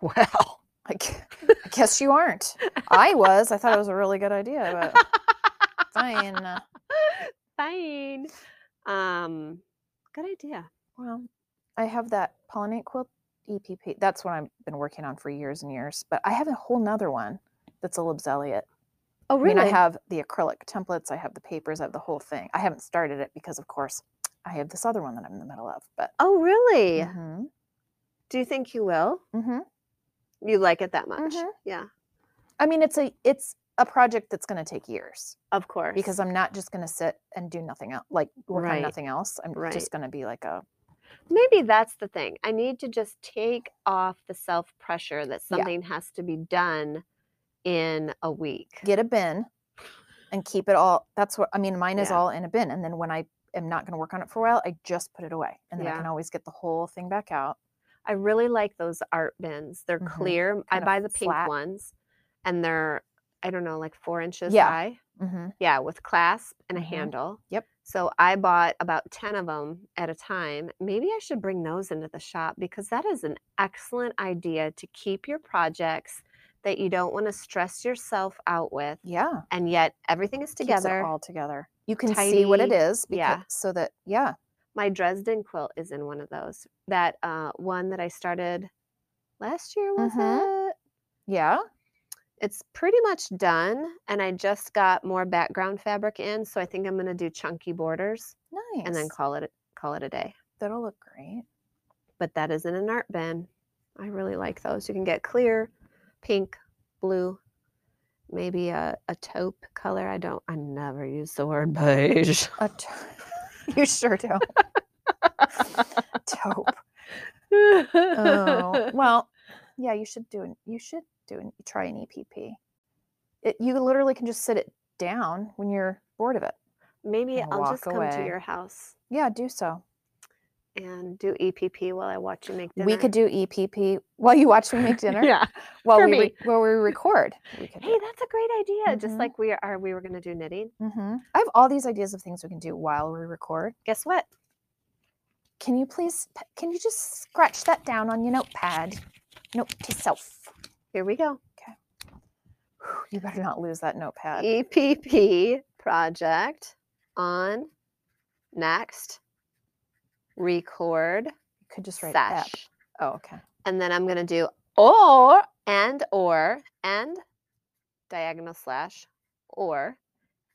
Wow. I gu- I guess you aren't. I was. I thought it was a really good idea, but fine. uh, Fine. Um, good idea. Well, I have that pollinate quilt EPP. That's what I've been working on for years and years. But I have a whole nother one that's a Libzelliate. Oh, I mean, I have the acrylic templates. I have the papers. I have the whole thing. I haven't started it because, of course, I have this other one that I'm in the middle of. But oh, really? Mhm, Do you think you will? mhm. You like it that much? Mhm. Yeah, I mean, it's a it's a project that's going to take years of course. because I'm not just going to sit and do nothing else, like work Right. on nothing else. I'm Right. just going to be like a maybe that's the thing. I need to just take off the self pressure that Yeah. something has to be done in a week. get a bin and keep it all. That's what I mean. Mine is Yeah. all in a bin, and then when I am not going to work on it for a while, I just put it away, and then Yeah. I can always get the whole thing back out. I really like those art bins. They're Mhm. clear. I Kind of buy the pink flat. ones and they're, I don't know, like four inches Yeah. high. hmm Yeah, with clasp and a Mhm. handle. Yep. So I bought about 10 of them at a time. Maybe I should bring those into the shop because that is an excellent idea to keep your projects that you don't want to stress yourself out with Yeah, and yet everything is keeps it together. all together. You can see what it tidy. is. Because, Yeah. So that yeah. My Dresden quilt is in one of those. That uh, one that I started last year was Mhm. it? Yeah. It's pretty much done, and I just got more background fabric in, so I think I'm gonna do chunky borders Nice. and then call it a- call it a day. that'll look great. But that is in an art bin. I really like those. You can get clear, pink, blue, maybe a, a taupe color. I don't. I never use the word beige. A t- you sure do. Dope. Oh well, yeah. You should do an. You should do an. Try an EPP. It, you literally can just sit it down when you're bored of it. Maybe and I'll just walk come to away. your house Yeah, do so. and do EPP while I watch you make dinner. We could do EPP while you watch me make dinner. Yeah. while for we me. re- while we record. We could. Hey, that's a great idea. Just Mhm. like we are, we were going to do knitting. hmm I have all these ideas of things we can do while we record. Guess what? Can you please? p- Can you just scratch that down on your notepad? Note to self. Here we go. Whew, You better not lose that Uh, notepad. EPP E project on next record You could just write that. sash. Oh, okay. And then I'm going to do or and or and diagonal slash or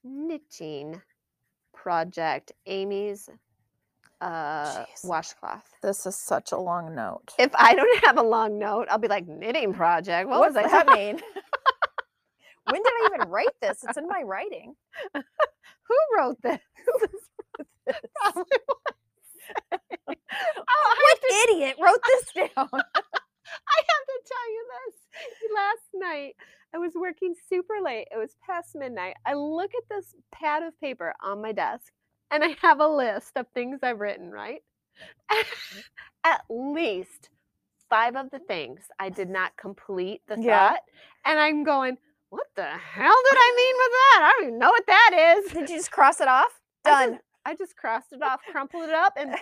knitting project Amy's uh, Jeez. washcloth. This is such a long note. If I don't have a long note, I'll be like knitting project. What, was I does talking? mean? when did I even write this? It's in my writing. Who wrote this? Probably was. oh, I have, to, Idiot wrote this down. I have to tell you this. Last night, I was working super late. It was past midnight. I look at this pad of paper on my desk, and I have a list of things I've written, right? Mm-hmm. at least five of the things I did not complete the Yeah. thought. And I'm going, what the hell did I mean with that? I don't even know what that is. Did you just cross it off? I Done. just- I just crossed it off, crumpled it up, and If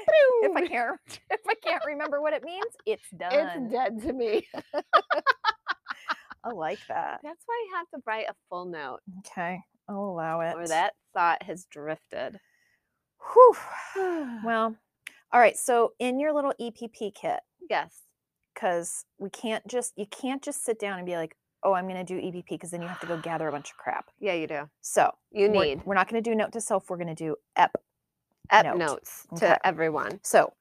I boom, can't, if I can't remember what it means, it's done. it's dead to me. I like that. That's why I have to write a full note, Okay, I'll allow it. or that thought has drifted. Whew. Well, all right. So in your little EPP kit, yes. because we can't just you can't just sit down and be like, oh, I'm going to do EPP, because then you have to go gather a bunch of crap. Yeah, you do. So You we're- need We're, not going to do note to self. We're going to do EP. app note. notes Okay. to everyone. So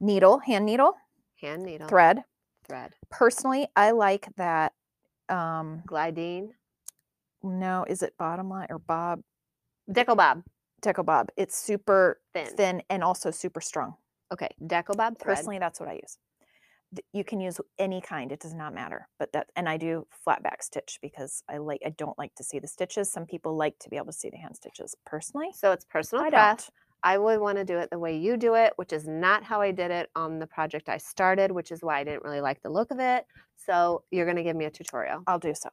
needle, hand needle, Hand needle, thread, thread. Personally, I like that. Um, glidine, no, is it bottom line or Bob? deco bob. Deco Bob. It's super thin. Thin. and also super strong. Okay, deco bob thread. Personally, that's what I use. Th- You can use any kind; it does not matter. But that, and I do flat back stitch because I like. I don't like to see the stitches. Some people like to be able to see the hand stitches. Personally, So it's personal I press. don't. I would want to do it the way you do it, which is not how I did it on the project I started, which is why I didn't really like the look of it. So you're going to give me a tutorial. I'll do so.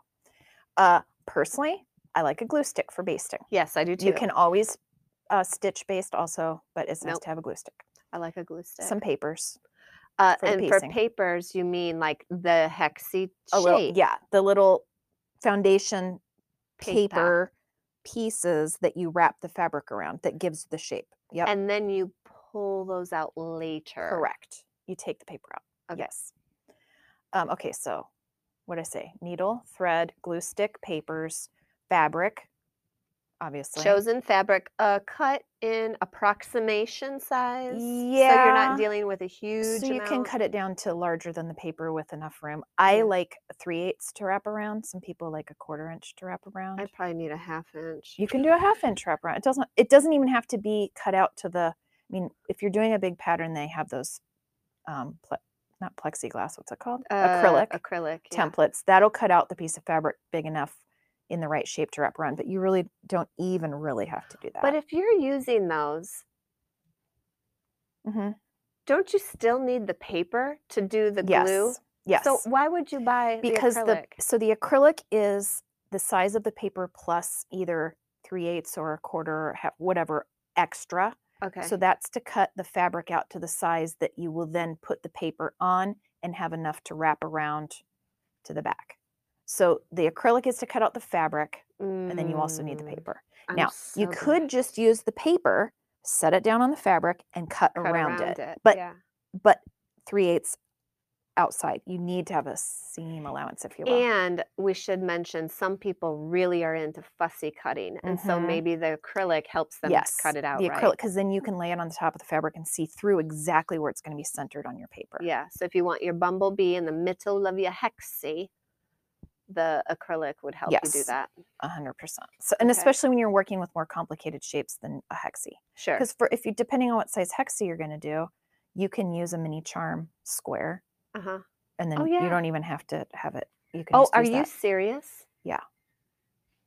Uh, personally, I like a glue stick for basting. Yes, I do too. You can always uh, stitch baste also, but it's nice Nope. to have a glue stick. I like a glue stick. Some papers, Uh, for the and piecing. for papers, you mean like the hexy a shape? little, Oh, yeah, the little foundation Paste pad. paper pieces that you wrap the fabric around that gives the shape. Yep. And then you pull those out later. Correct. You take the paper out. Okay. Yes. Um, okay, so what did I say? Needle, thread, glue stick, papers, fabric, obviously. Chosen fabric, uh, cut in approximation size. So you're Yeah. not dealing with a huge. so you can amount. Mm. cut it down to larger than the paper with enough room. I Yeah. like three eighths to wrap around. Some people like a quarter inch to wrap around. I probably need a half inch. you can do a half inch wrap around. It doesn't it doesn't even have to be cut out to the I mean, if you're doing a big pattern, they have those um ple- not plexiglass, what's it called? Uh, acrylic. Acrylic. yeah. templates that'll cut out the piece of fabric big enough in the right shape to wrap around but you really don't even really have to do that But if you're using those, Mhm. don't you still need the paper to do the yes glue? yes So why would you buy because the the, acrylic? so the acrylic is the size of the paper plus either three eighths or a quarter or half whatever extra okay. so that's to cut the fabric out to the size that you will then put the paper on and have enough to wrap around to the back so the acrylic is to cut out the fabric and then you also need the Mm, paper I'm Now, so you glad. could just use the paper, set it down on the fabric, and cut, Cut around, it. But But yeah. but three eighths outside. You need to have a seam allowance, if you will. and we should mention some people really are into fussy cutting, and so Mhm. maybe the acrylic helps them yes, cut it out. The right? acrylic, because then you can lay it on the top of the fabric and see through exactly where it's going to be centered on your paper. Yeah. So if you want your bumblebee in the middle of your hexie, the acrylic would help you do Yes. that. a hundred percent. So, and Okay. especially when you're working with more complicated shapes than a hexie, Sure. because for if you depending on what size hexie you're going to do, you can use a mini charm square, Uh huh. and then Oh, you yeah. don't even have to have it. You can. Oh, just are use you that. serious? Yeah.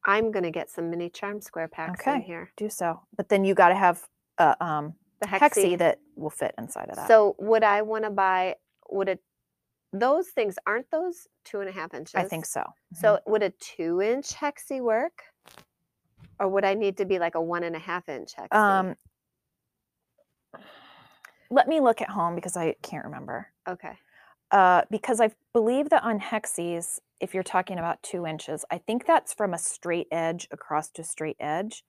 I'm gonna get some mini charm square packs in Okay. here. do so? But then you got to have a um, The hexie hexie. that will fit inside of that. so would I want to buy? Would it? Those things aren't those two and a half inches? I think so. Mhm. So would a two inch hexie work? Or would I need to be like a one and a half inch hexie? um, let me look at home because I can't remember. okay. Uh, because I believe that on hexies, if you're talking about two inches, I think that's from a straight edge across to a straight edge,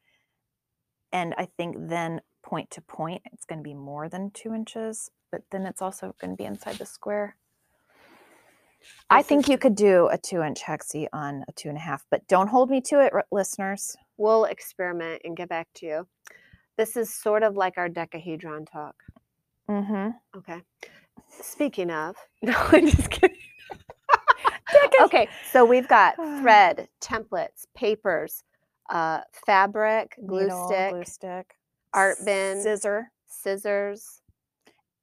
and I think then point to point, it's going to be more than two inches. But then it's also going to be inside the square. I This think is- you could do a two inch hexie on a two and a half, but don't hold me to it, r- listeners. we'll experiment and get back to you. This is sort of like our decahedron talk. Mm-hmm. Okay. Speaking of, no, I'm just kidding. okay, so we've got thread, templates, papers, uh, fabric, glue stick, glue stick, art bin, scissor. scissors.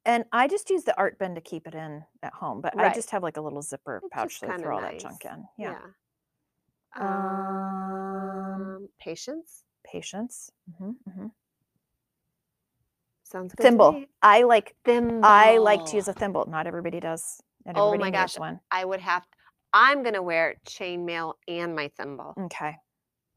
And I just use the art bin to keep it in at home, but I Right. just have like a little zipper It's pouch just to kinda throw all nice. that junk in. Yeah. Um, patience Patience. hmm hmm sounds good. to Thimble. me. I like Thimble. I like to use a thimble. Not everybody does. Not Oh everybody my needs gosh. one. I would have. I'm gonna wear chainmail and my thimble Okay.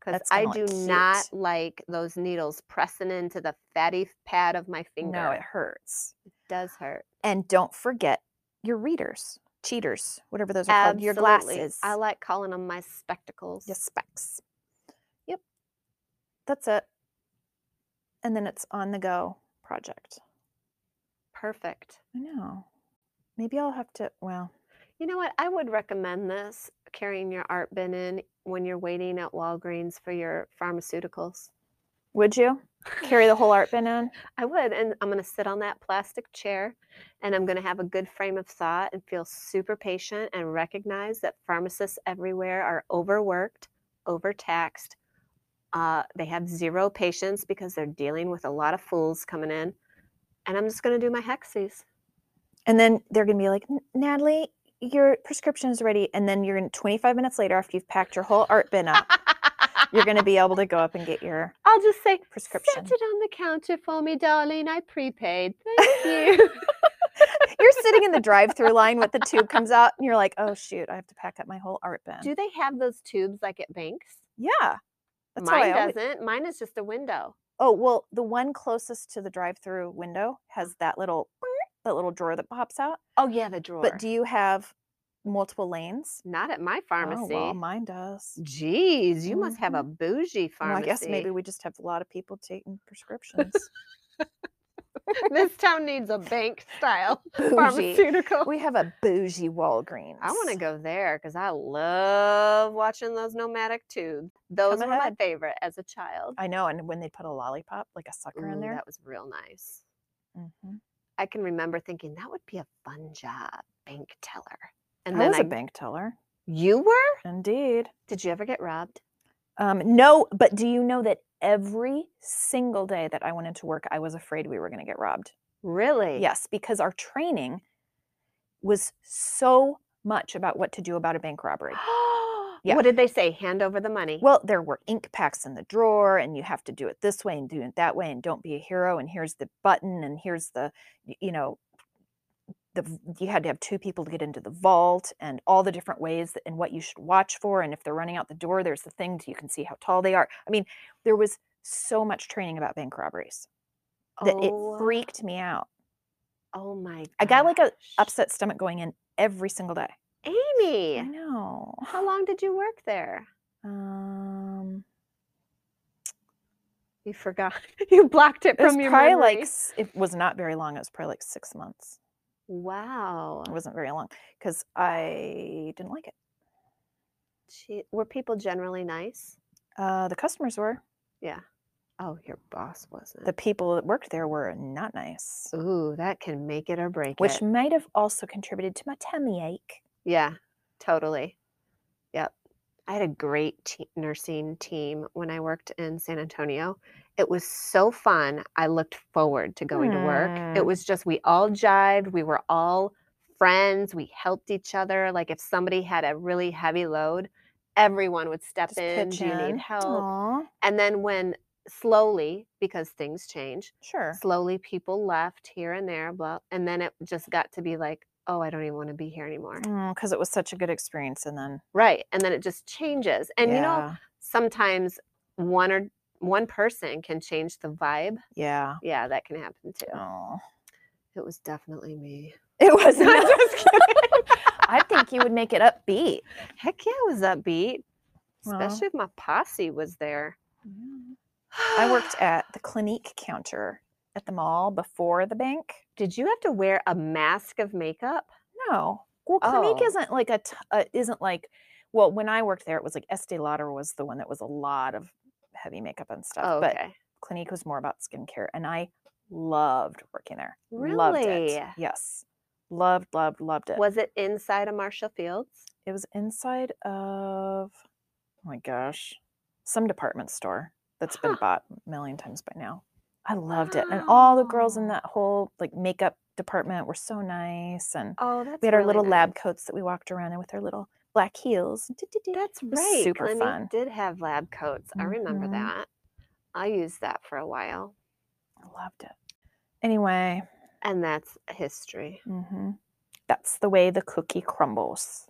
because Mm, That's I gonna do look not like those needles pressing into the fatty pad of my finger. No, it hurts. does hurt. And don't forget your readers, cheaters, whatever those are Absolutely. called, your glasses, I like calling them my spectacles. your specs. Yep. That's it. And then it's on the go project. Perfect. I know. Maybe I'll have to, well, You know what? I would recommend this carrying your art bin in when you're waiting at Walgreens for your pharmaceuticals. would you carry the whole art bin in? I would, and I'm going to sit on that plastic chair and I'm going to have a good frame of thought and feel super patient and recognize that pharmacists everywhere are overworked, overtaxed. Uh, they have zero patience because they're dealing with a lot of fools coming in. And I'm just going to do my hexes. And then they're going to be like, "N- Natalie, your prescription is ready. And then you're going to, 25 minutes later, after you've packed your whole art bin up, you're going to be able to go up and get your I'll just say, prescription. Set it on the counter for me, darling. I prepaid. Thank you. You're sitting in the drive through line with the tube comes out, and you're like, oh, shoot, I have to pack up my whole art bin. Do they have those tubes like at banks? Yeah. That's how I Mine always- doesn't. Mine is just a window. Oh, well, the one closest to the drive-through window has that little that little drawer that pops out. Oh yeah, the drawer. But do you have multiple lanes? not at my Oh, pharmacy. well, mine does. Jeez, you must have a bougie Mm-hmm. Well, I pharmacy. guess maybe we just have a lot of people taking prescriptions. this town needs a bank style bougie. pharmaceutical. We have a bougie Walgreens. I want to go there because I love watching those nomadic tubes. Those Come were my ahead. favorite as a child. I know, and when they put a lollipop, like a sucker in Ooh, there, That was real nice. Mhm. I can remember thinking that would be a fun job, bank teller. And I then was I, a bank teller. you were? Indeed. Did you ever get robbed? Um, no, but do you know that every single day that I went into work, I was afraid we were going to get robbed. Really? Yes, because our training was so much about what to do about a bank robbery. Yeah. What did they say? Hand over the money. Well, there were ink packs in the drawer, and you have to do it this way and do it that way, and don't be a hero. And here's the button, and here's the, y- you know, the v- you had to have two people to get into the vault, and all the different ways that- and what you should watch for. And if they're running out the door, there's the thing so you can see how tall they are. I mean, there was so much training about bank robberies that Oh, it freaked me out. Oh my gosh. I got like a upset stomach going in every single day. I Amy, know. how long did you work there? Um, You forgot. you blocked it it was from your probably memory. like s- it was not very long. It was probably like six months. Wow. It wasn't very long because I didn't like it. Gee, were people generally nice? Uh, the customers were Oh, your boss wasn't. the people that worked there were not nice, Mm. Ooh, that can make it or break which it. might have also contributed to my tummy ache. Yeah, totally. Yep. I had a great te- nursing team when I worked in San Antonio. It was so fun. I looked forward to going to work. It Hmm. was just, we all jived. We were all friends. We helped each other. Like, if somebody had a really heavy load, everyone would step Just in. pitch Do you in. need help? Aw, And then, when slowly, because things change, sure. slowly people left here and there, blah. And then it just got to be like, oh, I don't even want to be here anymore. Because Mm, it was such a good experience, and then Right. And then it just changes. And you know, yeah, sometimes one or one person can change the vibe. yeah. Yeah, that can happen too. Oh, It was definitely me. it was. I'm not- just kidding. I think you would make it upbeat. Heck yeah, it was upbeat. Well. Especially if my posse was there. I worked at the Clinique counter at the mall before the bank. Did you have to wear a mask of makeup? No, well, Clinique Oh. isn't like a t- uh, isn't like well when I worked there it was like Estee Lauder was the one that was a lot of heavy makeup and stuff, Oh, but okay. Clinique was more about skincare, and I loved working there. Loved it. Really? Yes. Loved, loved, loved it. Was it inside of Marshall Fields? It was inside of, oh my gosh, some department store that's been Huh. bought a million times by now. I loved it. And all the girls in Wow. that whole like makeup department were so nice. And Oh, that's we had our really little lab nice. coats that we walked around in with our little black heels. That's was right. super Clinique fun. Did have lab coats. I remember Mhm. that. I used that for a while, I loved it. Anyway, and that's history. hmm that's the way the cookie crumbles.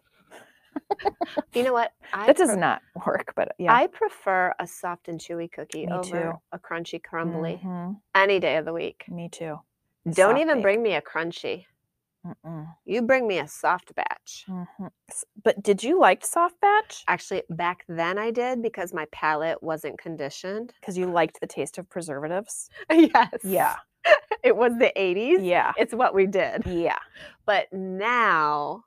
You know what? I That does pre- not work, but yeah. I prefer a soft and chewy cookie Me over too. a crunchy crumbly Mhm, any day of the week. Me too. Don't Soft even bake. bring me a crunchy. Mm-mm. You bring me a soft batch. Mhm. S- But did you like soft batch? Actually, back then I did because my palate wasn't conditioned. Because you liked the taste of preservatives? yes. Yeah. It was the 80s. Yeah. It's what we did. Yeah. But now,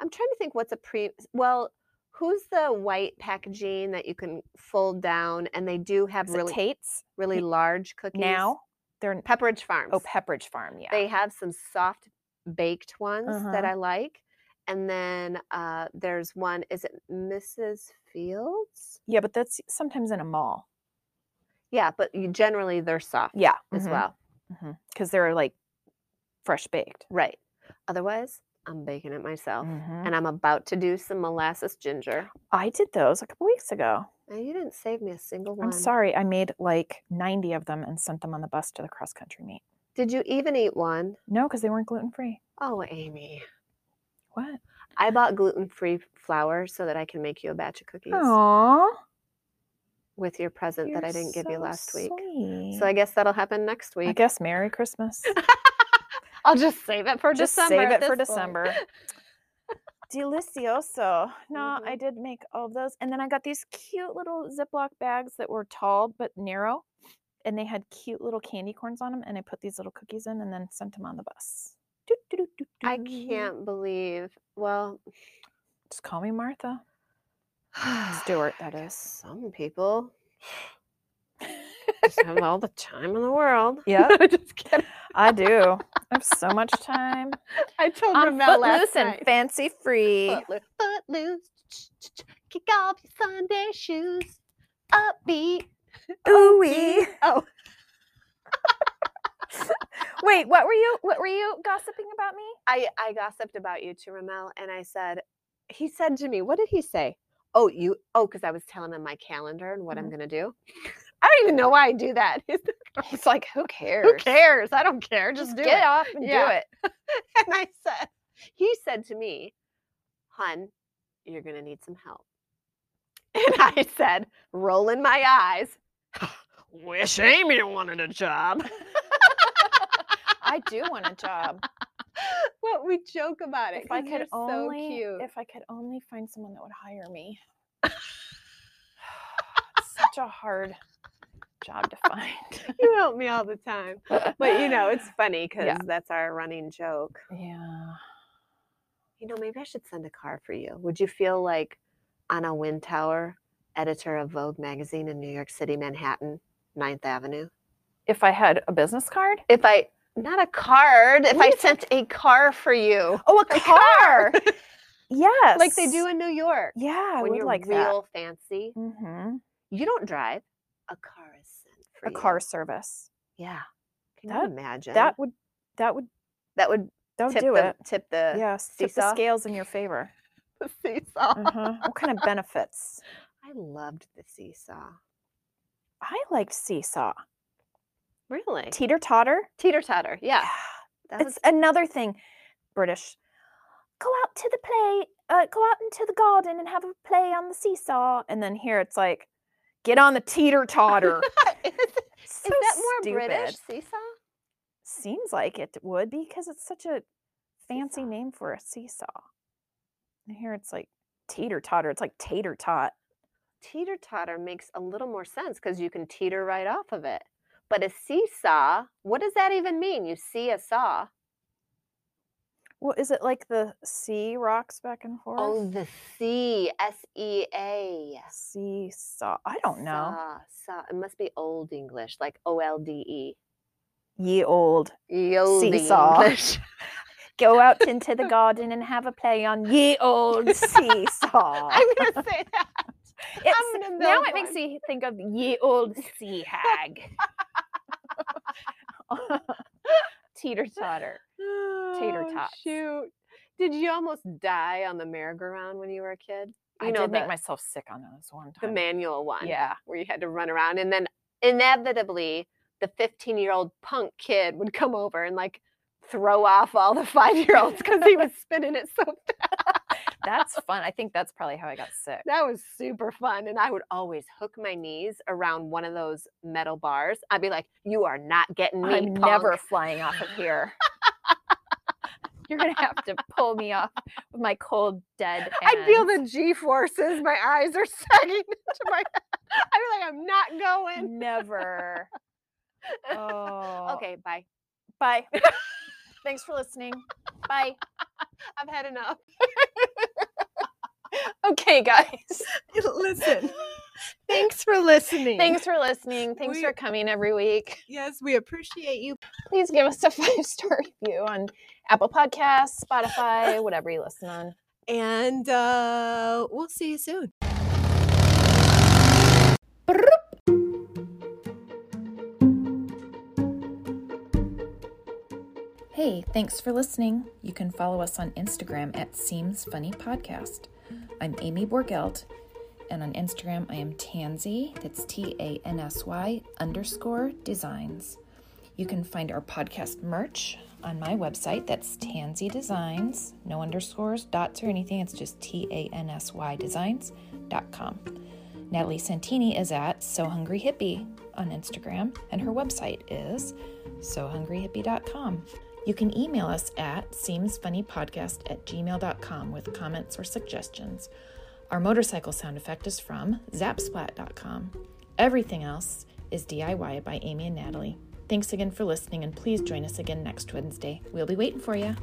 I'm trying to think what's a pre. Well, who's the white packaging that you can fold down, and they do have Is it really Tate's really large cookies now? They're in Pepperidge Farms. Oh Pepperidge Farm, yeah. They have some soft baked ones that Uh-huh. I like, and then uh, there's one. Is it Mrs. Fields? yeah, but that's sometimes in a mall. Yeah, but you, generally they're soft Yeah. mm-hmm. as well. Because they're like fresh baked. Right. Otherwise, I'm baking it myself. Mhm. And I'm about to do some molasses ginger. I did those a couple weeks ago. Oh, you didn't save me a single one. I'm sorry. I made like 90 of them and sent them on the bus to the cross country meet. Did you even eat one? No, because they weren't gluten free. Oh, Amy. What? I bought gluten free flour so that I can make you a batch of cookies Aww. with your present that I didn't give you last week. So I I, guess that'll happen next week. guess Merry Christmas. I'll just save it for Just December. save at it for this point. December. Delicioso. No, I Mhm. did make all of those. And then I got these cute little Ziploc bags that were tall but narrow. And they had cute little candy corns on them. And I put these little cookies in and then sent them on the bus. Doot, doot, doot, doot, I doot. can't believe. Well, Just call me Martha. Stewart, that I is. guess Some people just have all the time in the world. Yep. just kidding. I do. I have so much time. I told I'm Ramel last footloose and night. fancy free. Footloose, footloose, ch- ch- ch- kick off your Sunday shoes, upbeat. Ooh. Oh, Wait, what were you what were you gossiping about me? I I gossiped about you to Ramel, and I said, he said to me, what did he say? Oh, you oh, because I was telling him my calendar and what I'm Mhm. gonna do. I don't even know why I do that. He's like, who cares? Who cares? I don't care. Just, Just do get it. off and Yeah. do it. And I said, he said to me, "Hun, you're gonna need some help." And I said, rolling my eyes, "Wish Amy wanted a job." I do want a job. what we joke about it. if I 'cause could you're only so cute. if I could only find someone that would hire me. Such a hard job to find. you help me all the time. But you know, it's funny because Yeah. that's our running joke. Yeah. You know, maybe I should send a car for you. Would you feel like Anna Wintour, editor of Vogue magazine in New York City, Manhattan, 9th Avenue? If I had a business card? If I not a card, if What I are you sent a car for you. Oh, a car. car. yes. Like they do in New York. Yeah, I when would you're like that. real fancy. Mm-hmm. You don't drive. A car is sent for A you. car service. Yeah. Can you That- imagine? That would that would that would that would tip do the, it. tip the Yes, tip the seesaw? scales in your favor. the seesaw. Uh-huh. what kind of benefits? I loved the seesaw. I liked seesaw. Really? Teeter totter. Teeter totter. Yeah. That it's another thing. British. Go out to the play. Uh, go out into the garden and have a play on the seesaw. And then here it's like, get on the teeter totter. is, so is that more British stupid. seesaw? Seems like it would because it's such a fancy Seesaw. name for a seesaw. And here it's like teeter totter. It's like tater tot. Teeter totter makes a little more sense because you can teeter right off of it. But a seesaw, what does that even mean? You see a saw. Well, is it like the sea rocks back and forth? Oh, the sea, S E A. seesaw. I don't know. Saw, saw. It must be Old English, like O L D E. ye old. Ye olde Seesaw. English. Go out into the garden and have a play on ye old seesaw. I'm gonna say that. It's- gonna now build it makes you think of ye old sea hag. Teeter totter. Tater Oh, tots. Shoot. Did you almost die on the merry-go-round when you were a kid? You I know did make the- myself sick on those one The time. manual one. Yeah. Where you had to run around and then inevitably the 15 year old punk kid would come over and like throw off all the five year olds because he was spinning it so fast. That's fun. I think that's probably how I got sick. That was super fun. And I would always hook my knees around one of those metal bars. I'd be like, You are not getting me. I'm punk." never flying off of here. You're gonna have to pull me off with my cold, dead hands. I feel the G forces. My eyes are sagging into my head. I feel like I'm not going. never. Oh. Okay, bye. Bye. Thanks for listening. Bye. I've had enough. Okay, guys. Listen. Thanks for listening. Thanks for listening. Thanks We- for coming every week. Yes, we appreciate you. Please give us a five star review on Apple Podcasts, Spotify, whatever you listen on. And uh, we'll see you soon. Hey, thanks for listening. You can follow us on Instagram at Seems Funny Podcast. I'm Amy Borgelt, and on Instagram I am Tansy, that's T A N S Y underscore designs. You can find our podcast merch on my website, that's Tansy Designs, no underscores, dots, or anything, it's just T A N S Y designs.com. Natalie Santini is at So Hungry Hippie on Instagram, and her website is sohungryhippie.com. You can email us at seemsfunnypodcast at gmail.com with comments or suggestions. Our motorcycle sound effect is from zapsplat.com. Everything else is DIY by Amy and Natalie. Thanks again for listening, and please join us again next Wednesday. We'll be waiting for you.